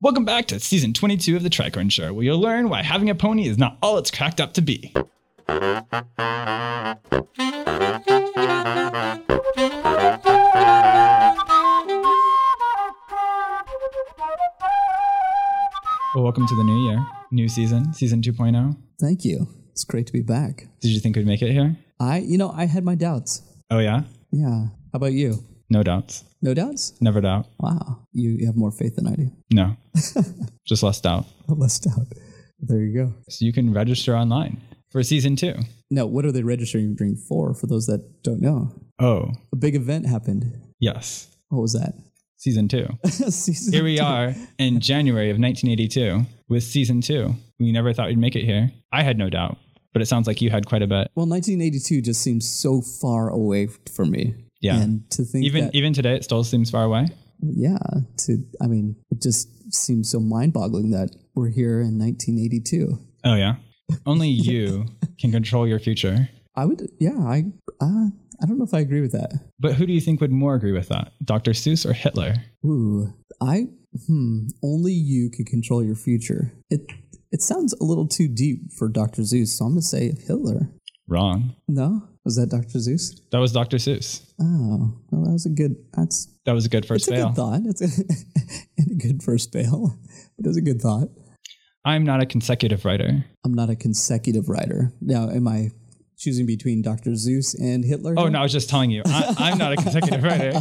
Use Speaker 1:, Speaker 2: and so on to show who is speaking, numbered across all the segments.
Speaker 1: Welcome back to season 22 of The Tricorn Show, where you'll learn why having a pony is not all it's cracked up to be. Well, welcome to the new year, new season, season 2.0.
Speaker 2: Thank you. It's great to be back.
Speaker 1: Did you think we'd make it here?
Speaker 2: I, you know, I had my doubts.
Speaker 1: Oh, yeah?
Speaker 2: Yeah. How about you?
Speaker 1: No doubts.
Speaker 2: No doubts?
Speaker 1: Never doubt.
Speaker 2: Wow. You, you have more faith than I do.
Speaker 1: No. Just less doubt.
Speaker 2: Less doubt. There you go.
Speaker 1: So you can register online for season two.
Speaker 2: Now, what are they registering for for those that don't know?
Speaker 1: Oh,
Speaker 2: A big event happened.
Speaker 1: yes.
Speaker 2: What was that?
Speaker 1: Season two.
Speaker 2: Season
Speaker 1: Here we
Speaker 2: two.
Speaker 1: are in January of 1982 with season two. We never thought we'd make it here. I had no doubt, but it sounds like you had quite a bit.
Speaker 2: Well, 1982 just seems so far away for me.
Speaker 1: Yeah.
Speaker 2: And to think
Speaker 1: Even e-
Speaker 2: that,
Speaker 1: even today, it still seems far away.
Speaker 2: yeah, to, I mean, it just seems so mind boggling that we're here in 1982.
Speaker 1: Oh yeah. Only you can control your future.
Speaker 2: I would, yeah, I, uh, I don't know if I agree with that.
Speaker 1: But who do you think would more agree with that, Dr. Seuss or Hitler?
Speaker 2: Ooh, I hmm. Only you could control your future. It it sounds a little too deep for Doctor Zeus, so I'm gonna say Hitler.
Speaker 1: Wrong.
Speaker 2: No, was that Doctor Zeus?
Speaker 1: That was Dr. Seuss.
Speaker 2: Oh, well, that was a good. That's
Speaker 1: That was a good
Speaker 2: it's
Speaker 1: first
Speaker 2: a
Speaker 1: fail.
Speaker 2: good thought. It's a, and a good first fail. It was a good thought.
Speaker 1: I'm not a consecutive writer.
Speaker 2: I'm not a consecutive writer. Now, am I choosing between Doctor Zeus and Hitler?
Speaker 1: Oh
Speaker 2: here?
Speaker 1: no, I was just telling you. I, I'm not a consecutive writer.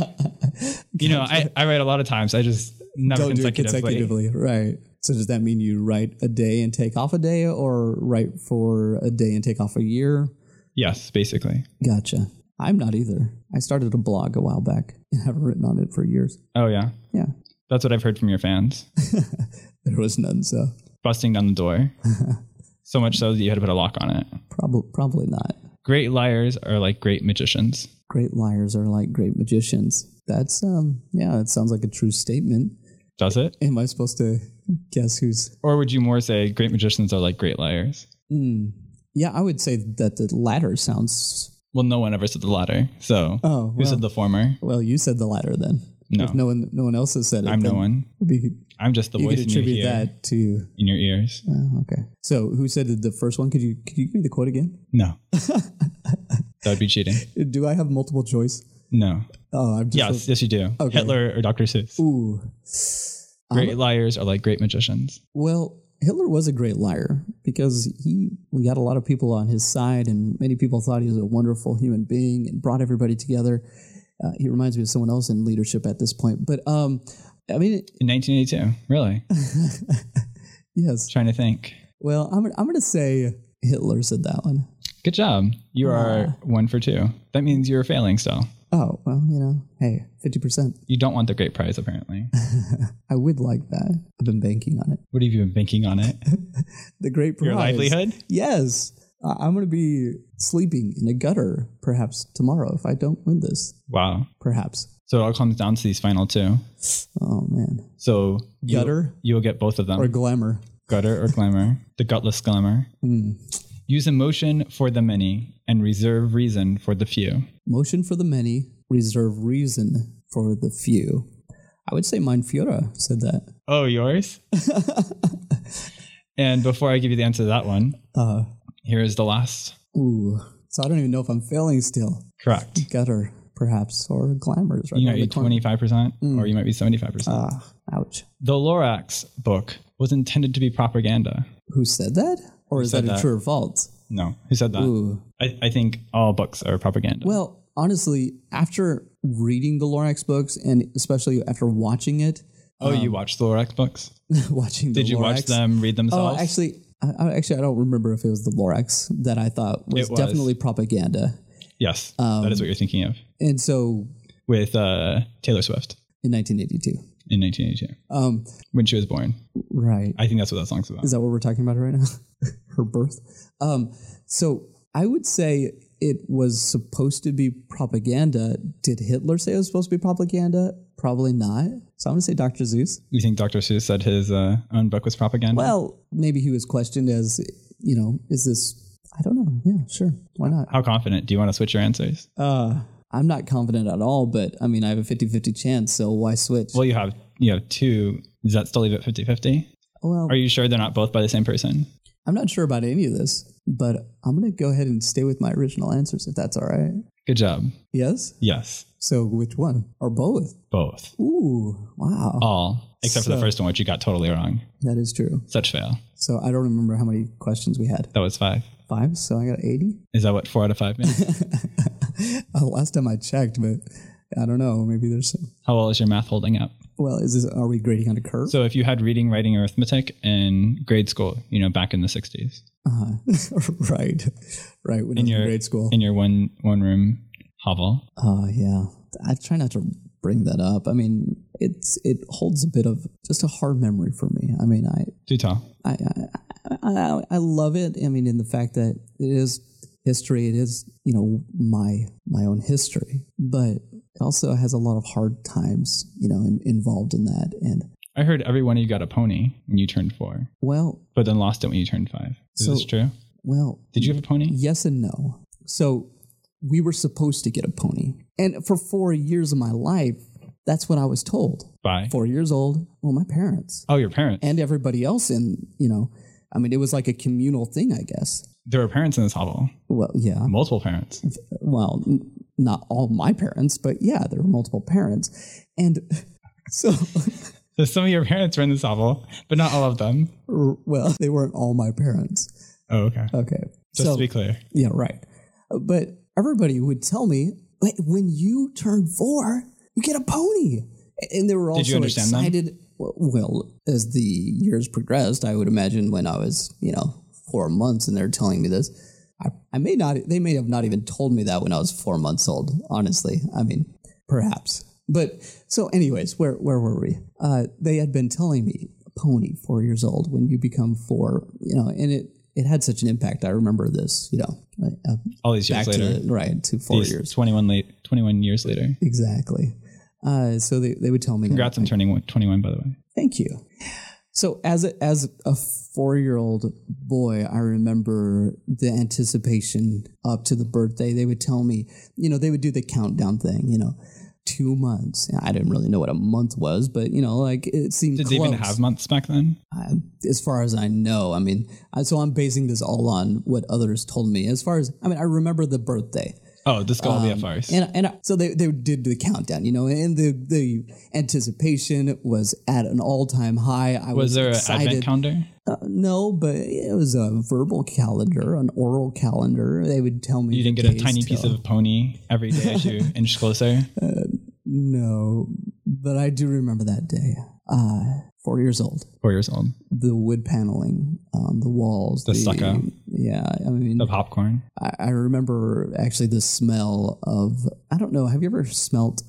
Speaker 1: You know, I, I write a lot of times. I just never
Speaker 2: Don't do it
Speaker 1: consecutively.
Speaker 2: consecutively, right? So does that mean you write a day and take off a day, or write for a day and take off a year?
Speaker 1: Yes, basically.
Speaker 2: Gotcha. I'm not either. I started a blog a while back and haven't written on it for years.
Speaker 1: Oh yeah.
Speaker 2: Yeah,
Speaker 1: That's what I've heard from your fans.
Speaker 2: there was none, so
Speaker 1: busting down the door. so much so that you had to put a lock on it.
Speaker 2: probably probably not.
Speaker 1: Great liars are like great magicians.
Speaker 2: Great liars are like great magicians. That's um yeah, that sounds like a true statement.
Speaker 1: Does it?
Speaker 2: Am I supposed to guess who's?
Speaker 1: Or would you more say great magicians are like great liars?
Speaker 2: Hmm. Yeah, I would say that the latter sounds.
Speaker 1: Well, no one ever said the latter. So
Speaker 2: Oh,
Speaker 1: who
Speaker 2: well,
Speaker 1: said the former?
Speaker 2: well, you said the latter then.
Speaker 1: No.
Speaker 2: If no one, no one else has said it.
Speaker 1: I'm
Speaker 2: then
Speaker 1: no one.
Speaker 2: it'd be-
Speaker 1: I'm just the
Speaker 2: you
Speaker 1: voice
Speaker 2: could
Speaker 1: in your, ear,
Speaker 2: attribute that to.
Speaker 1: in your ears.
Speaker 2: Oh, okay. So who said the first one? Could you could you give me the quote again?
Speaker 1: No. that would be cheating.
Speaker 2: Do I have multiple choice?
Speaker 1: No.
Speaker 2: Oh, I'm just
Speaker 1: Yes, yes, you do.
Speaker 2: Okay.
Speaker 1: Hitler or Dr. Seuss.
Speaker 2: Ooh.
Speaker 1: Great liars are like great magicians.
Speaker 2: Well, Hitler was a great liar because he we got a lot of people on his side, and many people thought he was a wonderful human being and brought everybody together. Uh, he reminds me of someone else in leadership at this point, but um, I mean,
Speaker 1: In 1982, really?
Speaker 2: yes.
Speaker 1: Trying to think.
Speaker 2: Well, I'm I'm gonna say Hitler said that one.
Speaker 1: Good job. You are one for two. That means you're failing still.
Speaker 2: Oh well, you know, hey, fifty percent.
Speaker 1: You don't want the great prize, apparently.
Speaker 2: I would like that. I've been banking on it.
Speaker 1: What have you been banking on it?
Speaker 2: The great prize.
Speaker 1: Your livelihood?
Speaker 2: Yes. I- I'm going to be sleeping in a gutter perhaps tomorrow if I don't win this.
Speaker 1: Wow.
Speaker 2: Perhaps.
Speaker 1: So it all comes down to these final two.
Speaker 2: Oh, man.
Speaker 1: So you-
Speaker 2: Gutter
Speaker 1: you'll get both of them
Speaker 2: or glamour?
Speaker 1: gutter or glamour, the gutless glamour.
Speaker 2: Hmm.
Speaker 1: Use emotion for the many and reserve reason for the few.
Speaker 2: Motion for the many, reserve reason for the few. I would say Mein Führer said that.
Speaker 1: Oh, yours? and before I give you the answer to that one,
Speaker 2: Uh,
Speaker 1: here is the last.
Speaker 2: ooh. So I don't even know if I'm failing still.
Speaker 1: Correct.
Speaker 2: Gutter, perhaps, or glamour is right
Speaker 1: You
Speaker 2: around
Speaker 1: might be
Speaker 2: the corner.
Speaker 1: 25%
Speaker 2: Hmm.
Speaker 1: or you might be 75%.
Speaker 2: Ah, ouch.
Speaker 1: the Lorax book was intended to be propaganda.
Speaker 2: Who said that? Or is
Speaker 1: said
Speaker 2: that a
Speaker 1: that?
Speaker 2: true or false?
Speaker 1: No, who said that?
Speaker 2: Ooh.
Speaker 1: I, I think all books are propaganda.
Speaker 2: Well, honestly, after reading the Lorax books and especially after watching it,
Speaker 1: oh, you watched the Lorax books?
Speaker 2: watching um, the
Speaker 1: Did you
Speaker 2: Lorax,
Speaker 1: watch them read
Speaker 2: Oh,
Speaker 1: themselves?
Speaker 2: actually, I, I- actually, I don't remember if it was the Lorax that I thought was,
Speaker 1: It was.
Speaker 2: definitely propaganda.
Speaker 1: yes,
Speaker 2: um,
Speaker 1: that is what you're thinking of
Speaker 2: And so,
Speaker 1: with uh, Taylor Swift
Speaker 2: in 1982,
Speaker 1: in 1982
Speaker 2: um,
Speaker 1: when she was born.
Speaker 2: right?
Speaker 1: I think that's what that song's about.
Speaker 2: Is that what we're talking about right now? Her birth. Um, so I would say it was supposed to be propaganda. Did Hitler say it was supposed to be propaganda? Probably not. So I'm gonna say Dr. Zeus.
Speaker 1: You think Dr. Seuss said his uh, own book was propaganda?
Speaker 2: Well, maybe he was questioned as, you know, is this? I don't know. Yeah, sure. Why not?
Speaker 1: How confident? Do you want to switch your answers?
Speaker 2: Uh, I'm not confident at all, but I mean, I have a 50 50 chance, so why switch?
Speaker 1: well, you have you have two Does that still leave it 50 50?
Speaker 2: Well,
Speaker 1: Are you sure they're not both by the same person?
Speaker 2: I'm not sure about any of this, but I'm going to go ahead and stay with my original answers if that's all right.
Speaker 1: Good job.
Speaker 2: Yes?
Speaker 1: Yes,
Speaker 2: So which one? Or both?
Speaker 1: both.
Speaker 2: Ooh, wow.
Speaker 1: Uh, All, except for the
Speaker 2: So-
Speaker 1: first one, which you got totally wrong.
Speaker 2: That is true.
Speaker 1: Such fail.
Speaker 2: So I don't remember how many questions we had.
Speaker 1: That was five.
Speaker 2: Five, so I got 80.
Speaker 1: Is that what four out of five means?
Speaker 2: Uh, Last time I checked, but I don't know. Maybe there's some.
Speaker 1: How well is your math holding up?
Speaker 2: Well, is this, are we grading on a curve?
Speaker 1: So if you had reading, writing, arithmetic in grade school, you know, back in the 60s,
Speaker 2: uh-huh. right. Right. When I was in
Speaker 1: your-
Speaker 2: grade school.
Speaker 1: in your one one room hovel,
Speaker 2: Oh yeah, I try not to bring that up. I mean, it's it holds a bit of just a hard memory for me. I mean, I
Speaker 1: too tall.
Speaker 2: I I, I, I love it. I mean, in the fact that it is history, it is you know my my own history, but it also has a lot of hard times you know in, involved in that. And
Speaker 1: I heard every one of you got a pony when you turned four,
Speaker 2: well,
Speaker 1: but then lost it when you turned five. Is
Speaker 2: So-
Speaker 1: this true?
Speaker 2: well,
Speaker 1: Did you have a pony?
Speaker 2: Yes and no. So we were supposed to get a pony, and for four years of my life, that's what I was told.
Speaker 1: By?
Speaker 2: Four years old. Well, my parents.
Speaker 1: Oh, your parents.
Speaker 2: and everybody else in you know i mean it was like a communal thing i guess
Speaker 1: There were parents in this hovel.
Speaker 2: well yeah
Speaker 1: Multiple parents.
Speaker 2: well n- not all my parents but yeah there were multiple parents and so
Speaker 1: So some of your parents were in this hovel, but not all of them.
Speaker 2: well they weren't all my parents
Speaker 1: Oh, okay.
Speaker 2: okay
Speaker 1: Just to be clear.
Speaker 2: Yeah, right. But everybody would tell me, "Wait, when you turn four, you get a pony. And they were also
Speaker 1: Did you understand them?
Speaker 2: excited. Well, as the years progressed, I would imagine when I was, you know, four months and they're telling me this, I, I may not, they may have not even told me that when I was four months old, honestly. I mean, perhaps. But so, anyways, where, where were we? Uh, they had been telling me, pony, four years old, when you become four, you know, and it, it had such an impact. I remember this, you know, uh,
Speaker 1: All these years
Speaker 2: back
Speaker 1: later.
Speaker 2: to the, right to four
Speaker 1: These
Speaker 2: years
Speaker 1: 21, late, 21 years later.
Speaker 2: exactly. Uh, so they, they would tell me, that.
Speaker 1: Congrats on turning one- 21, by the way.
Speaker 2: thank you. So as a, as a four year old boy, I remember the anticipation up to the birthday. They would tell me, you know, they would do the countdown thing, you know, two months. And I didn't really know what a month was, but you know, like it seemed
Speaker 1: Did
Speaker 2: close.
Speaker 1: they even have months back then?
Speaker 2: I, as far as I know, I mean, I, so I'm basing this all on what others told me. As far as I mean, I remember the birthday.
Speaker 1: Oh, this could all be a farce.
Speaker 2: Um, And, and so they, they did the countdown, you know, and the, the anticipation was at an all time high. I was,
Speaker 1: Was there an
Speaker 2: excited.
Speaker 1: advent calendar?
Speaker 2: Uh, no, but it was a verbal calendar, an oral calendar. They would tell me
Speaker 1: You didn't
Speaker 2: the
Speaker 1: get a
Speaker 2: days
Speaker 1: tiny piece
Speaker 2: till-
Speaker 1: of pony every day as you inch closer.
Speaker 2: no, but I do remember that day. Uh, four years old,
Speaker 1: Four years old.
Speaker 2: the wood paneling on the walls,
Speaker 1: The stucco.
Speaker 2: Yeah, I mean,
Speaker 1: The popcorn.
Speaker 2: I, I remember actually the smell of. I don't know. Have you ever smelt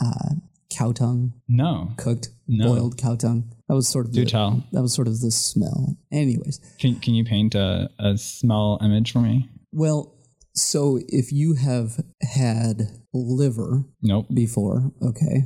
Speaker 2: uh, cow tongue?
Speaker 1: No.
Speaker 2: cooked
Speaker 1: No.
Speaker 2: boiled cow tongue. That was sort of
Speaker 1: Do
Speaker 2: the,
Speaker 1: tell.
Speaker 2: that was sort of the smell. Anyways,
Speaker 1: Can, can you paint a, a smell image for me?
Speaker 2: well, so if you have had liver
Speaker 1: Nope.
Speaker 2: before, okay,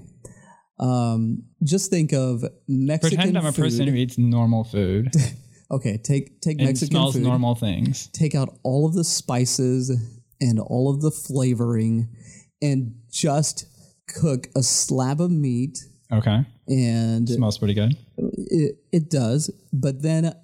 Speaker 2: um, just think of Mexican
Speaker 1: Pretend I'm a
Speaker 2: food.
Speaker 1: person who eats normal food and
Speaker 2: Okay, take take Mexican
Speaker 1: smells
Speaker 2: food.
Speaker 1: normal things.
Speaker 2: Take out all of the spices and all of the flavoring, and just cook a slab of meat
Speaker 1: Okay.
Speaker 2: and
Speaker 1: Smells pretty good.
Speaker 2: It, it does, but then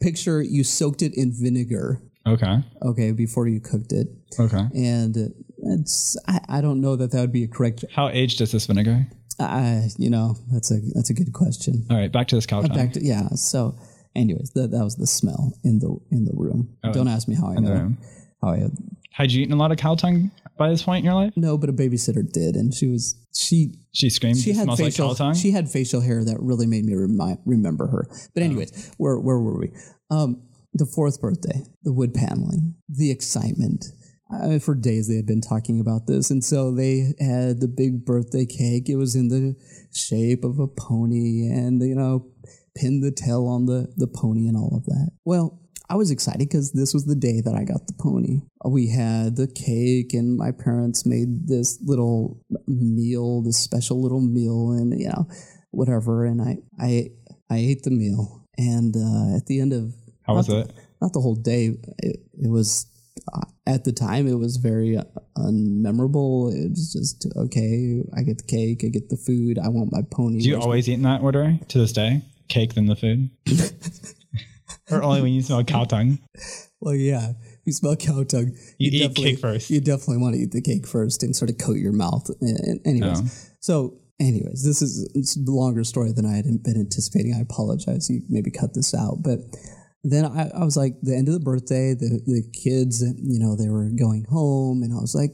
Speaker 2: picture you soaked it in vinegar,
Speaker 1: Okay.
Speaker 2: okay, before you cooked it,
Speaker 1: Okay.
Speaker 2: and it's I, I don't know that that would be a correct.
Speaker 1: How aged is this vinegar?
Speaker 2: I you know that's a that's a good question.
Speaker 1: All right, back to this cow tongue.
Speaker 2: Back to, yeah, so anyways, that that was the smell in the in the room. don't ask me how I know
Speaker 1: room.
Speaker 2: how I
Speaker 1: Had you eaten a lot of cow tongue by this point in your life?
Speaker 2: no, but a babysitter did, and she was she
Speaker 1: She screamed,
Speaker 2: she
Speaker 1: "It
Speaker 2: had
Speaker 1: smells
Speaker 2: facial
Speaker 1: like cow tongue?
Speaker 2: she had facial hair that really made me remi- remember her.
Speaker 1: Oh.
Speaker 2: But anyways, where where were we? Um, the fourth birthday, the wood paneling, the excitement. Uh, for days they had been talking about this, and so they had the big birthday cake. It was in the shape of a pony, and you know, pinned the tail on the the pony and all of that. Well. I was excited because this was the day that I got the pony. We had the cake, and my parents made this little meal, this special little meal, and you know, whatever. And I, I, I ate the meal, and uh, at the end of
Speaker 1: How was
Speaker 2: not
Speaker 1: it?
Speaker 2: The, not the whole day. It, it was uh, at the time it was very unmemorable. It was just okay. I get the cake. I get the food. I want my pony.
Speaker 1: Do you
Speaker 2: Where's-
Speaker 1: always eat in that order to this day? Cake than the food? or only when you smell cow tongue?
Speaker 2: Well, yeah. If you smell cow tongue,
Speaker 1: You eat
Speaker 2: definitely-
Speaker 1: cake first.
Speaker 2: You definitely want to eat the cake first and sort of coat your mouth. And- and Anyways,
Speaker 1: Oh.
Speaker 2: so anyways, this is it's a longer story than I had been anticipating. I apologize. You maybe cut this out, but then I, I was like, the end of the birthday, the the kids, you know, they were going home, and I was like,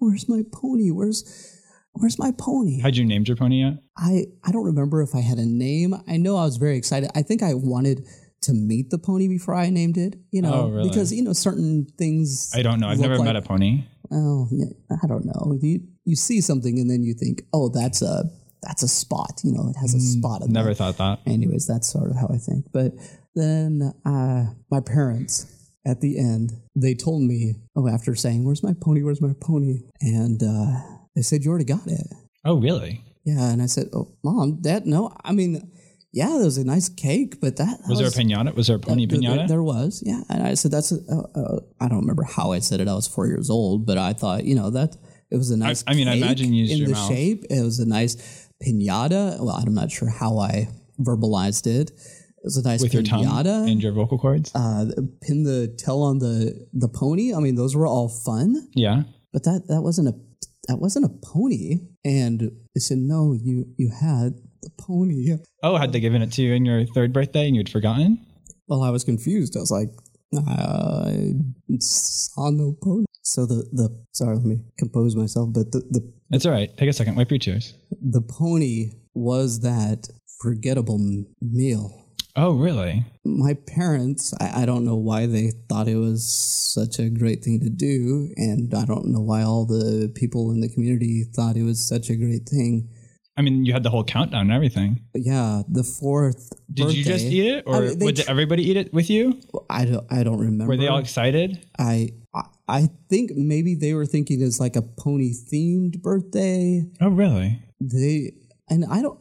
Speaker 2: where's my pony? Where's Where's my pony?
Speaker 1: Had you named your pony yet?
Speaker 2: I, I don't remember if I had a name. I know I was very excited. I think I wanted to meet the pony before I named it, you know,
Speaker 1: Oh, really?
Speaker 2: because, you know, certain things.
Speaker 1: I don't know. I've
Speaker 2: look
Speaker 1: never
Speaker 2: like-
Speaker 1: met a pony.
Speaker 2: Oh, yeah, I don't know. You, you see something and then you think, oh, that's a that's a spot. You know, it has a spot. In
Speaker 1: Mm, Never
Speaker 2: there.
Speaker 1: thought that.
Speaker 2: Anyways, that's sort of how I think. But then uh, my parents at the end, they told me, oh, after saying, where's my pony? Where's my pony? And uh, they said, you already got it.
Speaker 1: Oh, really?
Speaker 2: Yeah, and I said, "Oh, mom, dad, no. I mean, yeah, there was a nice cake, but that, that
Speaker 1: Was, there a pinata? Was there a pony
Speaker 2: there-
Speaker 1: pinata?
Speaker 2: There, there was, yeah." And I said, "That's a, uh, uh, I don't remember how I said it. I was four years old, but I thought, you know, that it was a nice.
Speaker 1: I mean, I
Speaker 2: cake
Speaker 1: imagine you used
Speaker 2: in
Speaker 1: your
Speaker 2: the
Speaker 1: mouth.
Speaker 2: shape. It was a nice pinata. Well, I'm not sure how I verbalized it. It was a nice
Speaker 1: With your tongue
Speaker 2: pinata.
Speaker 1: and your vocal cords?
Speaker 2: uh, pin the tail on the the pony. I mean, those were all fun
Speaker 1: yeah.
Speaker 2: but that that wasn't a that wasn't a pony and they said no you you had the pony
Speaker 1: Oh, had they given it to you in your third birthday and you'd forgotten?
Speaker 2: well i was confused i was like i saw no pony so the the sorry let me compose myself but the the,
Speaker 1: It's all right. Take a second. Wipe your tears.
Speaker 2: the pony was that forgettable m- meal
Speaker 1: Oh, really?
Speaker 2: my parents I, I don't know why they thought it was such a great thing to do and i don't know why all the people in the community thought it was such a great thing
Speaker 1: I mean, you had the whole countdown and everything.
Speaker 2: But yeah, the fourth.
Speaker 1: Did you just
Speaker 2: birthday-
Speaker 1: eat it, or
Speaker 2: I mean, they
Speaker 1: would
Speaker 2: tr-
Speaker 1: everybody eat it with you?
Speaker 2: I don't. I don't remember.
Speaker 1: Were they all excited?
Speaker 2: I. I- I think maybe they were thinking it's like a pony themed birthday.
Speaker 1: Oh, really?
Speaker 2: They and I don't.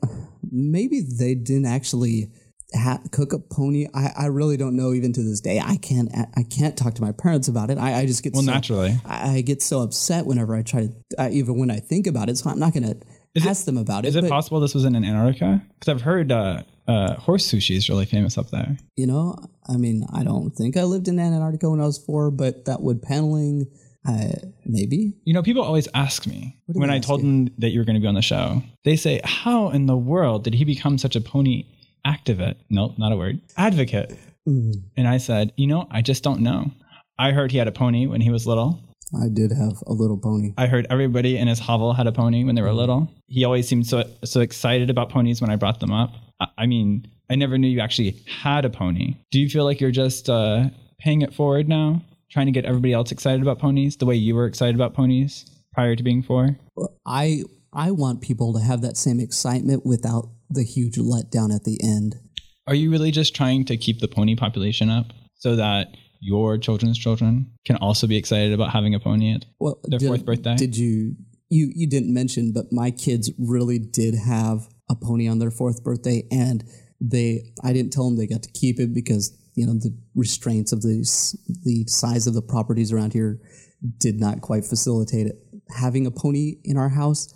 Speaker 2: Maybe they didn't actually ha- cook a pony. I, I really don't know. Even to this day, I can't. I can't talk to my parents about it. I, I just get
Speaker 1: Well,
Speaker 2: so,
Speaker 1: naturally.
Speaker 2: I I get so upset whenever I try to. I, even when I think about it, so I'm not gonna ask them about it.
Speaker 1: Is it
Speaker 2: but-
Speaker 1: possible this was in Antarctica? Because I've heard uh, uh, horse sushi is really famous up there.
Speaker 2: you know i mean i don't think i lived in antarctica when i was four but that wood paneling uh, maybe
Speaker 1: You know, people always ask me
Speaker 2: do
Speaker 1: when
Speaker 2: they
Speaker 1: I
Speaker 2: ask
Speaker 1: told them that you were going to be on the show. They say, "How in the world did he become such a pony activist?" Nope, not a word. Advocate.
Speaker 2: Mm.
Speaker 1: And I said, "You know, I just don't know. I heard he had a pony when he was little.
Speaker 2: i did have a little pony
Speaker 1: I heard everybody in his hovel had a pony when they
Speaker 2: Mm.
Speaker 1: were little. He always seemed so so excited about ponies when I brought them up. I, I mean, I never knew you actually had a pony. Do you feel like you're just uh, paying it forward now, trying to get everybody else excited about ponies the way you were excited about ponies prior to being four?
Speaker 2: i i want people to have that same excitement without the huge letdown at the end
Speaker 1: Are you really just trying to keep the pony population up so that your children's children can also be excited about having a pony? At?
Speaker 2: well
Speaker 1: Their
Speaker 2: did,
Speaker 1: fourth birthday?
Speaker 2: did you you you didn't mention but my kids really did have a pony on their fourth birthday and they i didn't tell them they got to keep it because you know the restraints of the s- the size of the properties around here did not quite facilitate it having a pony in our house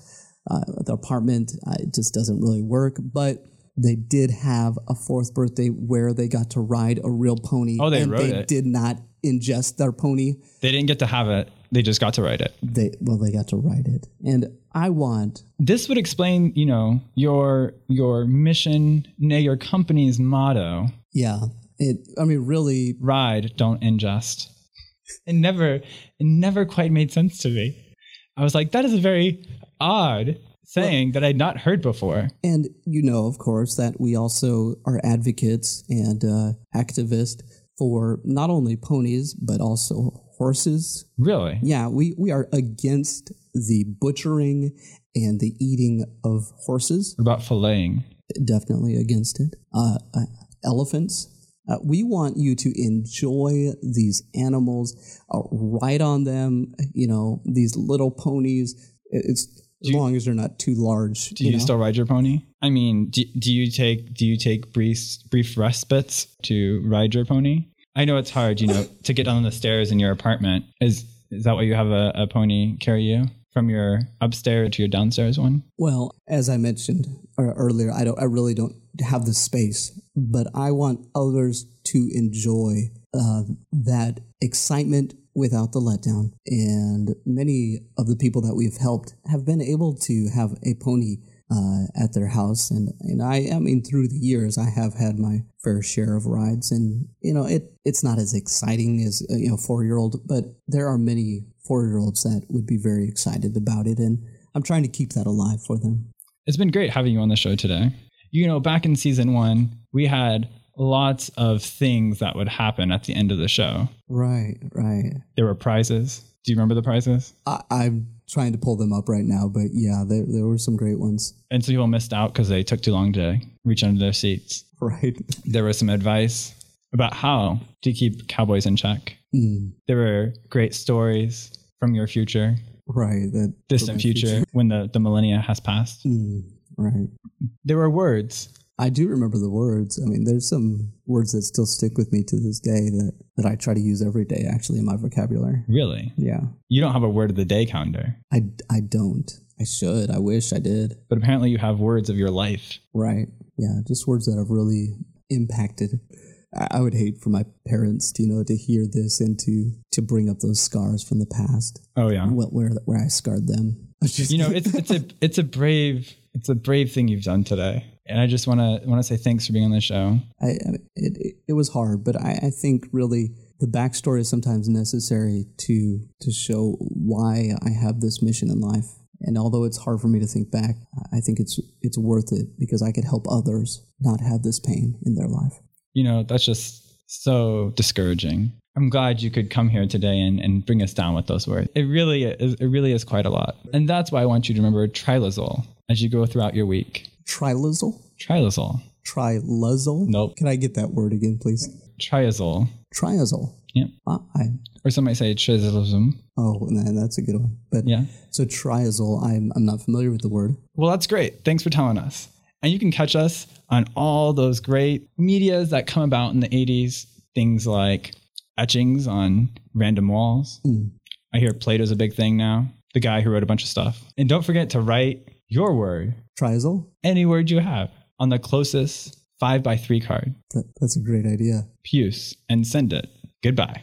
Speaker 2: uh, the apartment uh, it just doesn't really work but they did have a fourth birthday where they got to ride a real pony
Speaker 1: Oh, they
Speaker 2: and
Speaker 1: rode
Speaker 2: they
Speaker 1: it.
Speaker 2: did not ingest their pony
Speaker 1: They didn't get to have it. They just got to ride it.
Speaker 2: they well they got to write it and i want
Speaker 1: this would explain you know your your mission nay your company's motto
Speaker 2: yeah it i mean really
Speaker 1: ride don't ingest it never it never quite made sense to me i was like that is a very odd saying that i'd not heard before
Speaker 2: and you know of course that we also are advocates and uh, activists for not only ponies but also horses
Speaker 1: really
Speaker 2: yeah we we are against the butchering and the eating of horses
Speaker 1: what about filleting
Speaker 2: definitely against it. Uh, uh, elephants. Uh, we want you to enjoy these animals, uh, ride on them. You know these little ponies. It- It's as long as they're not too large.
Speaker 1: do you, still ride your pony i mean do, do you take do you take brief brief respites to ride your pony I know it's hard, you know, to get down the stairs in your apartment. Is is that why you have a, a pony carry you from your upstairs to your downstairs one?
Speaker 2: Well, as I mentioned ear- earlier, I don't. I really don't have the space, but I want others to enjoy uh, that excitement without the letdown. And many of the people that we've helped have been able to have a pony. Uh, at their house, and and I, I mean, through the years, I have had my fair share of rides, and you know, it it's not as exciting as uh, you know, four year old, but there are many four year olds that would be very excited about it, and I'm trying to keep that alive for them.
Speaker 1: It's been great having you on the show today. You know, back in season one, we had lots of things that would happen at the end of the show.
Speaker 2: Right, right.
Speaker 1: There were prizes. Do you remember the prizes?
Speaker 2: I, I'm trying to pull them up right now, but yeah, there, there were some great ones.
Speaker 1: And some people missed out because they took too long to reach under their seats.
Speaker 2: Right.
Speaker 1: There was some advice about how to keep cowboys in check.
Speaker 2: Mm,
Speaker 1: There were great stories from your future,
Speaker 2: right. That
Speaker 1: distant future, when the, the millennia has passed.
Speaker 2: Mm, right.
Speaker 1: There were words.
Speaker 2: I do remember the words. I mean, there's some words that still stick with me to this day that, that I try to use every day, actually, in my vocabulary.
Speaker 1: Really?
Speaker 2: Yeah.
Speaker 1: You don't have a word of the day calendar,
Speaker 2: I, I don't. I should. I wish I did.
Speaker 1: but apparently you have words of your life.
Speaker 2: Right. Yeah. Just words that have really impacted. I, I would hate for my parents, to, you know, to hear this and to, to bring up those scars from the past.
Speaker 1: Oh, yeah.
Speaker 2: what where where I scarred them.
Speaker 1: you know it's it's a it's a brave it's a brave thing you've done today and i just want to want to say thanks for being on the show
Speaker 2: I, I it, it it was hard, but I, I think really the backstory is sometimes necessary to to show why I have this mission in life. And although it's hard for me to think back, I- I think it's it's worth it because I could help others not have this pain in their life.
Speaker 1: you know that's just so discouraging i'm glad you could come here today and, and bring us down with those words it really is it really is quite a lot and that's why i want you to remember trilazole as you go throughout your week
Speaker 2: Trilazole,
Speaker 1: trilazole
Speaker 2: trilazole.
Speaker 1: Nope.
Speaker 2: Can I get that word again, please?
Speaker 1: triazole
Speaker 2: Triazole.
Speaker 1: Yep.
Speaker 2: Uh, I,
Speaker 1: or some might say trizolazum
Speaker 2: oh, nah, that's a good one. But
Speaker 1: yeah
Speaker 2: so triazole, I'm I'm not familiar with the word.
Speaker 1: Well, that's great. Thanks for telling us. And you can catch us on all those great medias that come about in the 80s, things like etchings on random walls.
Speaker 2: Mm.
Speaker 1: I hear Plato's a big thing now, the guy who wrote a bunch of stuff. And don't forget to write your word,
Speaker 2: Triazole.
Speaker 1: any word you have, on the closest 5 by 3 card,
Speaker 2: That, that's a great idea.
Speaker 1: puce, and send it. Goodbye.